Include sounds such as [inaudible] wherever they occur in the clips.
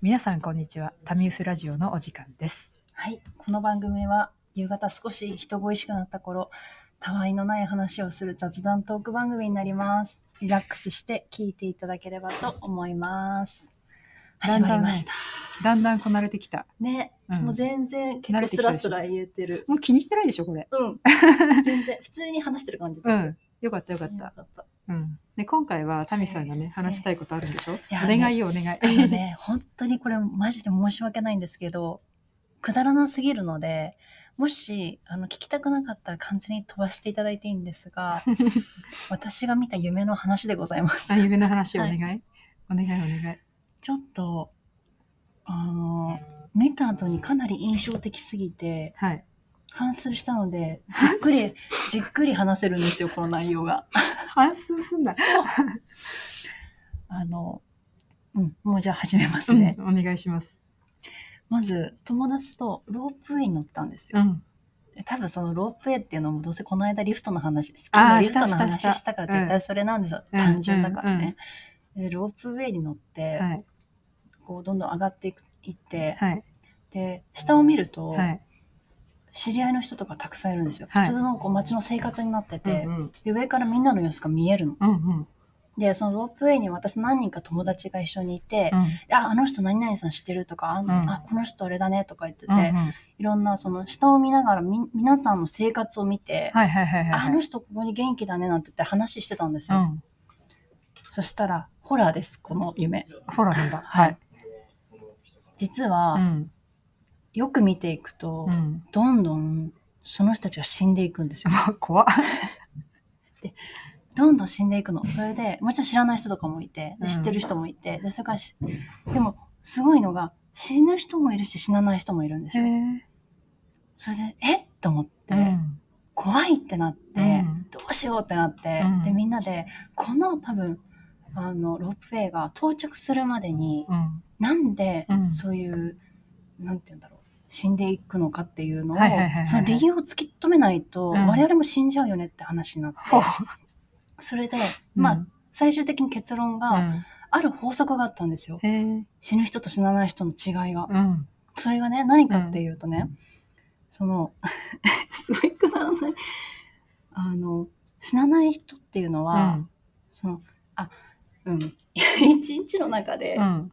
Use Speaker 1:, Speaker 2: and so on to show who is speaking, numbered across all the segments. Speaker 1: 皆さんこんにちはタミウスラジオのお時間です
Speaker 2: はい、この番組は夕方少し人恋しくなった頃、たわいのない話をする雑談トーク番組になります。リラックスして聞いていただければと思います。始まりました。
Speaker 1: だんだんこなれてきた
Speaker 2: ね、
Speaker 1: うん
Speaker 2: もう全然結
Speaker 1: 慣れ
Speaker 2: 構
Speaker 1: てき
Speaker 2: ス
Speaker 1: た
Speaker 2: ラ
Speaker 1: でしょ
Speaker 2: スラ言えてる。
Speaker 1: もう気にしてないでしょこれ [laughs]
Speaker 2: うん、全然普通に話してる感じで
Speaker 1: う
Speaker 2: す。
Speaker 1: んよかったよかった、うん、で今回はタミさんがね話したいことあるんでしょ、
Speaker 2: や
Speaker 1: お願いよお願い、
Speaker 2: あのね、本当にこれマジで申し訳ないんですけど、くだらなすぎるので、もしあの聞きたくなかったら完全に飛ばしていただいていいんで
Speaker 1: [laughs]
Speaker 2: すが、私が見た夢の話でございます
Speaker 1: あ。夢の話をお
Speaker 2: は
Speaker 1: 願
Speaker 2: い
Speaker 1: い、お願いお願い
Speaker 2: ちょっと、あの、見た後にかなり印象的すぎて、
Speaker 1: はい
Speaker 2: 反芻したので、じっくり、じっくり話せるんですよ、この内容が。
Speaker 1: 反数すんだ、
Speaker 2: あの、うん、もうじゃあ始めます
Speaker 1: うん
Speaker 2: ね。
Speaker 1: お願いします
Speaker 2: まず、友達とロープウェイに乗ったんです
Speaker 1: う
Speaker 2: よ。
Speaker 1: ん
Speaker 2: 多分そのロープウェイっていうのもどうせこの間リフトの話、好き
Speaker 1: あー
Speaker 2: なリフトの
Speaker 1: したした
Speaker 2: 話
Speaker 1: し
Speaker 2: したから絶対それなんですよ。
Speaker 1: うん
Speaker 2: 単純だから
Speaker 1: うん
Speaker 2: ね。でロープウェイに乗って、
Speaker 1: はい
Speaker 2: こうどんどん上がっていく、いって、
Speaker 1: はい
Speaker 2: で、下を見ると、
Speaker 1: はい
Speaker 2: 知り合いの人とかたくさんいるんですよ。
Speaker 1: はい
Speaker 2: 普通のこう街の生活になって
Speaker 1: う
Speaker 2: て、
Speaker 1: んうん
Speaker 2: で上からみんなの様子が見えるの。
Speaker 1: うんうん
Speaker 2: で、そのロープウェイに私何人か友達が一緒にいて、
Speaker 1: うん
Speaker 2: あ、あの人何々さん知ってるとか、あ,、
Speaker 1: ん
Speaker 2: あこの人あれだねとか言ってて、
Speaker 1: うんうん
Speaker 2: いろんなその下を見ながらみ皆さんの生活を見て、
Speaker 1: はいはいはいはい
Speaker 2: ああの人ここに元気だねなんて言って話してたんです
Speaker 1: う
Speaker 2: よ。
Speaker 1: ん
Speaker 2: そしたら、ホラーです、この夢。
Speaker 1: フォローなんだはい
Speaker 2: 実は、
Speaker 1: うん
Speaker 2: よく見ていくと、
Speaker 1: うん [laughs]
Speaker 2: どんどんその人たちが死んでいくんですよ。
Speaker 1: 怖っ
Speaker 2: どんどん死んでいくの。それで、もちろん知らない人とかもいて、
Speaker 1: うん
Speaker 2: で知ってる人もいて、で、それからし、でも、すごいのが、死ぬ人もいるし、死なない人もいるんです
Speaker 1: へ
Speaker 2: よ。
Speaker 1: え
Speaker 2: それで、えっと思って、
Speaker 1: うん
Speaker 2: 怖いってなって、
Speaker 1: うん
Speaker 2: どうしようってなって、
Speaker 1: うん
Speaker 2: で、みんなで、この多分、あの、ロープウェイが到着するまでに、
Speaker 1: うん
Speaker 2: なんで
Speaker 1: うん、
Speaker 2: そういう、なんて言うんだろう。死んでいくのかっていうのを
Speaker 1: はいはいはいはい、
Speaker 2: その理由を突き止めないと、
Speaker 1: うん
Speaker 2: 我々も死んじゃうよねって話になって、
Speaker 1: ほう
Speaker 2: それで、まあ、
Speaker 1: うん
Speaker 2: 最終的に結論が、
Speaker 1: うん
Speaker 2: ある法則があったんですよ。
Speaker 1: へえ
Speaker 2: 死ぬ人と死なない人の違いが。
Speaker 1: うん
Speaker 2: それがね、何かっていうとね、その、 [laughs] すごいくだらない。あの、死なない人っていうのは、その、あ、うん。 [laughs] 一日の中で
Speaker 1: うんうん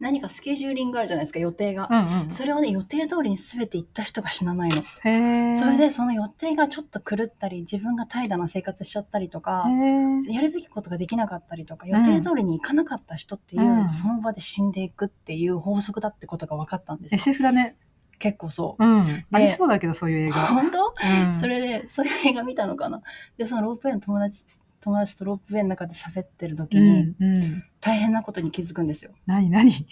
Speaker 2: 何かスケジューリングあるじゃないですか、予定が。
Speaker 1: うん
Speaker 2: それをね、予定通りに全て行った人が死なないの。
Speaker 1: うんへえ
Speaker 2: それで、その予定がちょっと狂ったり、自分が怠惰な生活しちゃったりとか、
Speaker 1: へえ
Speaker 2: やるべきことができなかったりとか
Speaker 1: ん
Speaker 2: 予定通りに行かなかった人っていうのが、
Speaker 1: うん
Speaker 2: その場で死んでいくっていう法則だってことが分かったんですよ
Speaker 1: SF だね
Speaker 2: 結構そ
Speaker 1: うんありそうだけどそういう映
Speaker 2: う
Speaker 1: 画
Speaker 2: 本当、
Speaker 1: うん
Speaker 2: それでそういう映画見たのかなでそのロープウェイの友達友達とロープウェイの中で喋ってる時
Speaker 1: う
Speaker 2: に、
Speaker 1: んうん
Speaker 2: 大変なことに気づくんですよ
Speaker 1: 何何 [laughs]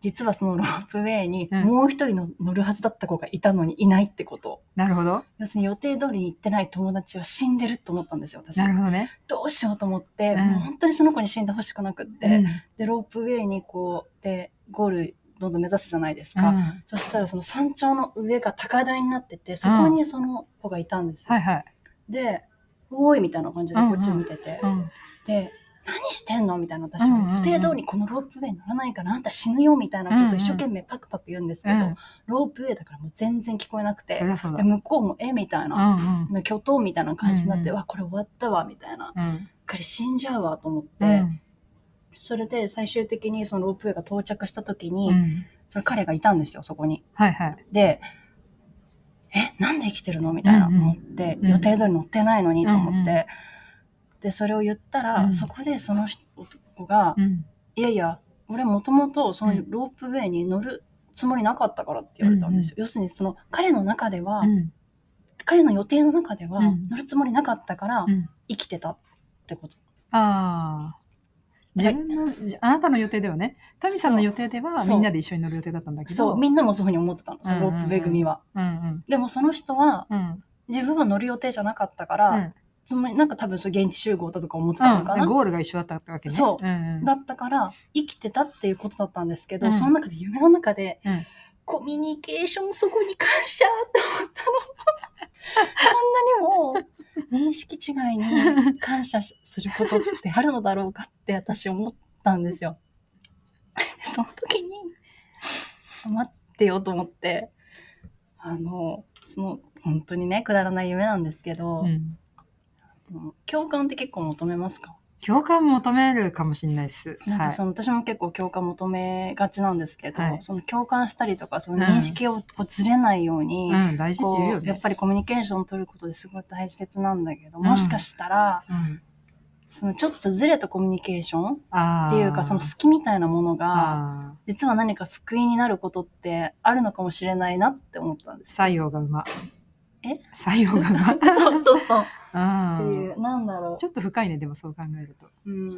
Speaker 2: 実はそのロープウェイに
Speaker 1: うん
Speaker 2: もう一人の乗るはずだった子がいたのにいないってこと
Speaker 1: なるほど
Speaker 2: 要するに予定通りに行ってない友達は死んでると思ったんですよ私
Speaker 1: なるほどね
Speaker 2: どうしようと思って、
Speaker 1: うん
Speaker 2: もう本当にその子に死んでほしくなくって、
Speaker 1: うん
Speaker 2: でロープウェイにこうでゴールどんどん目指すじゃないです
Speaker 1: うん
Speaker 2: か、そしたらその山頂の上が高台になっててそこにその子がいたんですよ、
Speaker 1: はいはい
Speaker 2: で「おーい」みたいな感じで
Speaker 1: うんうん
Speaker 2: こっちを見てて、
Speaker 1: うん
Speaker 2: で「何してんの?」みたいな私
Speaker 1: うんうんう
Speaker 2: は
Speaker 1: ん
Speaker 2: 予定通りこのロープウェイに乗らないからあんた死ぬよみたいなことを一生懸命パクパク言うんですけど、
Speaker 1: うん
Speaker 2: ロープウェイだからもう全然聞こえなくて
Speaker 1: そりゃそうだ
Speaker 2: で向こうも「えみたいうな。
Speaker 1: んうん
Speaker 2: な巨頭みたいな感じになって、
Speaker 1: うんうん
Speaker 2: わこれ終わったわみたいな
Speaker 1: うん
Speaker 2: 彼死んじゃうわと思って、
Speaker 1: うん
Speaker 2: それで最終的にそのロープウェイが到着した時に、
Speaker 1: うん
Speaker 2: その彼がいたんですよ、そこに。
Speaker 1: はいはい
Speaker 2: で、え、なんで生きてるのみたいな
Speaker 1: うんうん
Speaker 2: 思って、
Speaker 1: うん
Speaker 2: 予定通り乗ってないのにと思って、
Speaker 1: うんう
Speaker 2: で、それを言ったら、
Speaker 1: うん
Speaker 2: そこでその人男が、
Speaker 1: うん
Speaker 2: いやいや、俺もともとそうの
Speaker 1: ん
Speaker 2: ロープウェイに乗るつもりなかったからって言われたんですよ。要するにその彼の中では、
Speaker 1: うん
Speaker 2: 彼の予定の中では
Speaker 1: うん
Speaker 2: 乗るつもりなかったから
Speaker 1: うん
Speaker 2: 生きてたってこと。
Speaker 1: ああ自分のじあなたの予定ではねタミさんの予定では
Speaker 2: そう
Speaker 1: みんなで一緒に乗る予定だったんだけど
Speaker 2: そう、みんなもそういうふうに思ってたの、そのロープウェイ組は。
Speaker 1: うんうん
Speaker 2: でもその人は
Speaker 1: うん
Speaker 2: 自分は乗る予定じゃなかったから、
Speaker 1: うん
Speaker 2: つまりなんか多分そう現地集合だとか思ってたのかな、
Speaker 1: うん、ゴールが一緒だったってわけね。
Speaker 2: そ
Speaker 1: う
Speaker 2: う
Speaker 1: んうん
Speaker 2: だったから生きてたっていうことだったんですけど、
Speaker 1: うん
Speaker 2: その中で夢の中で、
Speaker 1: うん
Speaker 2: コミュニケーションそこに感謝って思ったのこんなにも認識違いに感謝しすること [laughs] ってあるのだろうかって私思ったんですよ。でその時にょ、待ってよと思って、あの、その、本当にね、くだらない夢なんですけど、
Speaker 1: うん
Speaker 2: でも共感って結構求めますか
Speaker 1: 共感求めるかもしれないです。
Speaker 2: なん
Speaker 1: は
Speaker 2: か
Speaker 1: い
Speaker 2: その、私も結構共感求めがちなんですけど、
Speaker 1: はい
Speaker 2: その共感したりとか、その認識をこうずれないように、
Speaker 1: うん、大事って言うよ
Speaker 2: こうやっ
Speaker 1: ね。
Speaker 2: ぱりコミュニケーションを取ることですごい大切なんだけど、
Speaker 1: うん
Speaker 2: もしかしたら、
Speaker 1: うん、
Speaker 2: そのちょっとずれたコミュニケーション
Speaker 1: あー
Speaker 2: っていうか、その隙みたいなものが、
Speaker 1: あー
Speaker 2: 実は何か救いになることってあるのかもしれないなって思ったんです。
Speaker 1: 作用が馬。
Speaker 2: え
Speaker 1: 作用が馬。
Speaker 2: そうそうそう。
Speaker 1: [laughs]
Speaker 2: って
Speaker 1: うん
Speaker 2: いう、なんだろ
Speaker 1: ちょっと深いね、でもそう考えると。
Speaker 2: う。うん。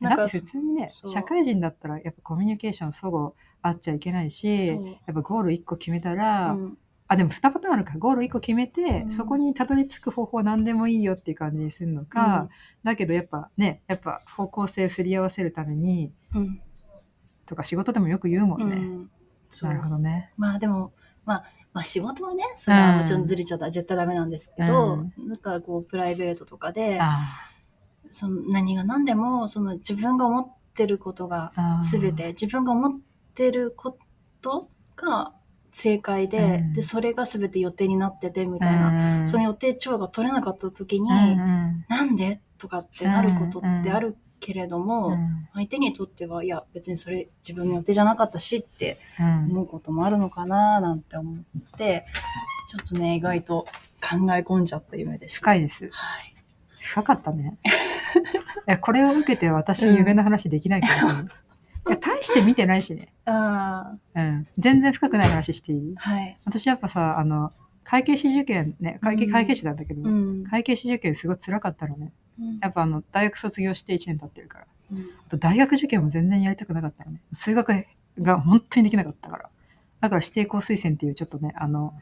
Speaker 1: だって普通にね、
Speaker 2: そう
Speaker 1: 社会人だったらやっぱコミュニケーションそごあっちゃいけないし、
Speaker 2: そう
Speaker 1: やっぱゴール1個決めたら、
Speaker 2: うん
Speaker 1: あ、でも2パターンあるから、ゴール1個決めて、
Speaker 2: うん
Speaker 1: そこにたどり着く方法何でもいいよっていう感じにするのか、
Speaker 2: うん
Speaker 1: だけどやっぱね、やっぱ方向性をすり合わせるために、
Speaker 2: うん。
Speaker 1: とか仕事でもよく言うも
Speaker 2: うん
Speaker 1: ね。
Speaker 2: ん。そ
Speaker 1: なる
Speaker 2: う
Speaker 1: ほ。どね。
Speaker 2: まあでも、まあ、まあ仕事はね、それはもちろんずれちゃったら絶対ダメなんですけど、なんかこう、プライベートとかで、
Speaker 1: あ
Speaker 2: その何が何でも、その自分が思ってることが
Speaker 1: あー
Speaker 2: 全て自分が思ってることが正解で,、
Speaker 1: うん
Speaker 2: でそれが全て予定になっててみ
Speaker 1: う
Speaker 2: たいな、
Speaker 1: ん
Speaker 2: その予定調が取れなかった時に、
Speaker 1: うん
Speaker 2: なんでとかってなることってあるけれども、
Speaker 1: うんうん
Speaker 2: 相手にとってはいや別にそれ自分の予定じゃなかったしって
Speaker 1: うん
Speaker 2: 思うこともあるのかななんて思ってちょっとね意外と考え込んじゃった夢でした。
Speaker 1: 深いです。
Speaker 2: はい、
Speaker 1: 深かった
Speaker 2: [laughs]
Speaker 1: ね。いやこれを受けて私、夢の話できないかもしれない。
Speaker 2: [laughs]
Speaker 1: いや大して見てないしね。
Speaker 2: あー
Speaker 1: うん。全然深くない話していい
Speaker 2: はい、
Speaker 1: 私やっぱさ、あの、会計士受験ね、会計、
Speaker 2: うん
Speaker 1: 会計士なんだけど、
Speaker 2: うん
Speaker 1: 会計士受験すごい辛かったのね。
Speaker 2: うん
Speaker 1: やっぱあの、大学卒業して1年経ってるから。
Speaker 2: うん
Speaker 1: あと大学受験も全然やりたくなかったのね。数学が本当にできなかったから。だから指定校推薦っていうちょっとね、あの、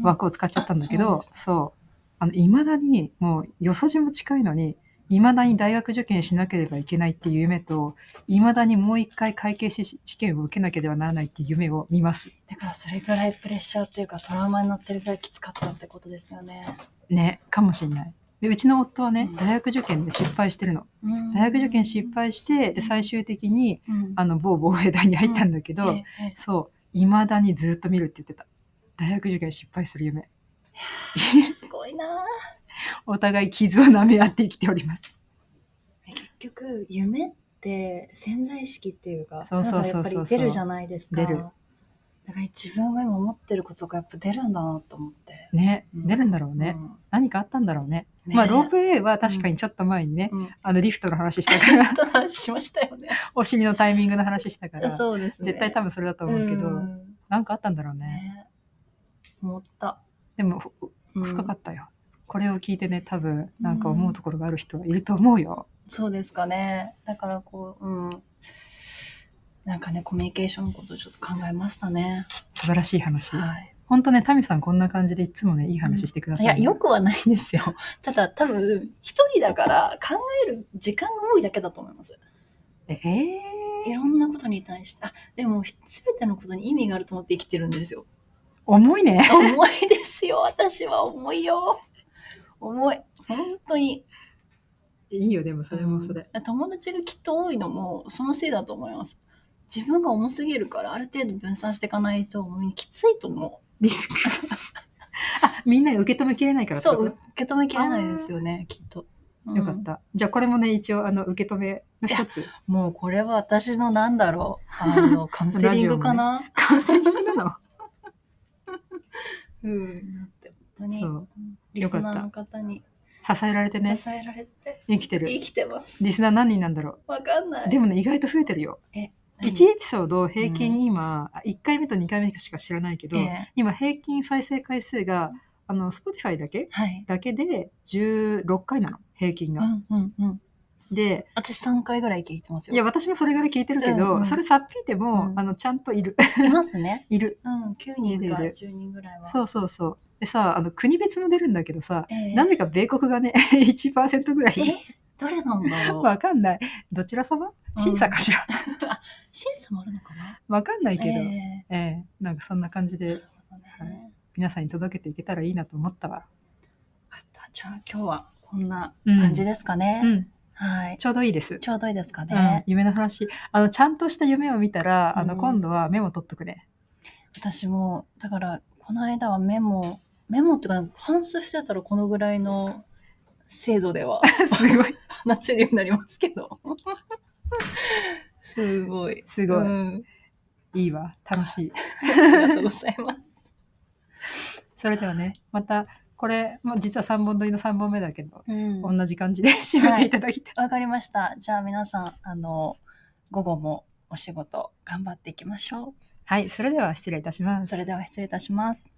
Speaker 1: 枠を使っちゃったんだけ
Speaker 2: あ
Speaker 1: ど、そう。あの、いまだに、もう、よそじも近いのに、いまだに大学受験しなければいけないっていう夢と、いまだにもう一回会計士試験を受けなければならないっていう夢を見ます。
Speaker 2: だからそれぐらいプレッシャーっていうかトラウマになってるぐらいきつかったってことですよね。
Speaker 1: ね、かもしれない。で、うちの夫はね
Speaker 2: うん、
Speaker 1: 大学受験で失敗してるの。大学受験失敗して、で、最終的に、
Speaker 2: うん、
Speaker 1: あの、某防衛大に入ったんだけど、
Speaker 2: ええええ
Speaker 1: そう、いまだにずっと見るって言ってた。大学受験失敗する夢。
Speaker 2: すごいな
Speaker 1: お互い傷を舐め合って生きております。
Speaker 2: ぁ結局夢って潜在意識っていうか
Speaker 1: そうそうそうそう
Speaker 2: いのがやっぱり出るじゃないですか。
Speaker 1: 出る
Speaker 2: だから自分が今思ってることがやっぱ出るんだなと思って。
Speaker 1: ね、
Speaker 2: うん
Speaker 1: 出るんだろうね。何かあったんだろうね。
Speaker 2: うん
Speaker 1: まあ、
Speaker 2: ね
Speaker 1: ロープウェイは確かにちょっと前にね、
Speaker 2: うん
Speaker 1: あの、リフトの話したから、 [laughs]
Speaker 2: 話しましたよね。
Speaker 1: お尻のタイミングの話したから、
Speaker 2: [laughs] そうですね。
Speaker 1: 絶対多分それだと思うけど、
Speaker 2: ん
Speaker 1: なんかあったんだろうね。
Speaker 2: ね思った。
Speaker 1: でも、ふ
Speaker 2: うん
Speaker 1: 深かったよ。これを聞いてね、多分、なんか思うところがある人はいると思うよ。
Speaker 2: そうですかね。だからこう、うん。なんかね、コミュニケーションのことをちょっと考えましたね。
Speaker 1: 素晴らしい話。
Speaker 2: はい。
Speaker 1: ほんとね、タミさんこんな感じでいつもね、いい話してくださ
Speaker 2: い
Speaker 1: いね、
Speaker 2: や、よくはないんですよ。ただ、多分、一人だから考える時間が多いだけだと思います。
Speaker 1: ええ
Speaker 2: いろんなことに対して、あ、でも、すべてのことに意味があると思って生きてるんです [laughs] よ。
Speaker 1: 重いね。
Speaker 2: 重いですよ、私は重いよ。重い。本当に。
Speaker 1: いいよ、でもそれもそれ。
Speaker 2: うん友達がきっと多いのもそのせいだと思います自分が重すぎるからある程度分散していかないともうきついと思
Speaker 1: [laughs]
Speaker 2: うリスク
Speaker 1: あ、みんなが受け止めきれないからってこ
Speaker 2: そ
Speaker 1: と
Speaker 2: う受け止めきれないですよねきっと、うん
Speaker 1: よかった。じゃあこれもね、一応、あの、受け止めの一つ。
Speaker 2: もうこれは私のなんだろ
Speaker 1: [laughs]
Speaker 2: うあのカウンセリングかな、
Speaker 1: カウンセリングなの
Speaker 2: うんだって本当に
Speaker 1: [laughs] そう
Speaker 2: リスナーの方に
Speaker 1: 支えられてね、
Speaker 2: 支えられて
Speaker 1: 生きてる。
Speaker 2: 生きてます
Speaker 1: リスナー何人なんだろ
Speaker 2: わかんな
Speaker 1: う。
Speaker 2: い
Speaker 1: でもね、意外と増えてるよ。
Speaker 2: 何
Speaker 1: 1エピソード平均今、あ1回目と2回目しか知らないけど、
Speaker 2: ええ
Speaker 1: 今平均再生回数が、あの、Spotify だけ
Speaker 2: はい
Speaker 1: だけで16回なの、平均
Speaker 2: う
Speaker 1: が。
Speaker 2: んうんうん
Speaker 1: で、
Speaker 2: 私3回ぐらい聞いてますよ
Speaker 1: いや、私もそれぐらい聞いてるけど、
Speaker 2: うんうん
Speaker 1: それさっぴいても、
Speaker 2: うん
Speaker 1: あの、ちゃんといる。 [laughs]
Speaker 2: いますね
Speaker 1: いる。
Speaker 2: うん9人か
Speaker 1: いる
Speaker 2: 10人ぐらいは
Speaker 1: そうそうそう。でさ、あの、国別も出るんだけどさ、
Speaker 2: ええ
Speaker 1: なぜか米国がね、1%ぐらい。
Speaker 2: え誰なんだろう、
Speaker 1: わかんない。どちら様審査かしら。 [laughs]
Speaker 2: 審査もあるのかな
Speaker 1: わかんないけど。
Speaker 2: え
Speaker 1: ええなんかそんな感じ
Speaker 2: えな
Speaker 1: で
Speaker 2: るほどね、
Speaker 1: はい皆さんに届けていけたらいいなと思ったわ。
Speaker 2: よかったじゃあ今日はこんな
Speaker 1: うん
Speaker 2: 感じですかね、
Speaker 1: うん、
Speaker 2: はい
Speaker 1: ちょうどいいです。
Speaker 2: ちょうどいいですか
Speaker 1: うん
Speaker 2: ね、、
Speaker 1: 夢の話。あの、ちゃんとした夢を見たら、あ
Speaker 2: う
Speaker 1: の、
Speaker 2: ん
Speaker 1: 今度はメモ取っとくね。 [laughs]
Speaker 2: 私もだからこの間はメモメモっていうか関数してたらこのぐらいの精
Speaker 1: [laughs]
Speaker 2: 度では
Speaker 1: すごい。
Speaker 2: 話せるようになりますけどすごい
Speaker 1: すごい
Speaker 2: うん
Speaker 1: いいわ。楽しい。
Speaker 2: ありがとうござい
Speaker 1: [laughs]
Speaker 2: ます、
Speaker 1: それではね、また、これ、もう実は3本撮りの3本目だけど、
Speaker 2: うん
Speaker 1: 同じ感じで [laughs] 締めていただいて。
Speaker 2: わかりましたじゃあ皆さんあの午後もお仕事頑張っていきましょう
Speaker 1: はい、それでは失礼いたします。
Speaker 2: それでは失礼いたします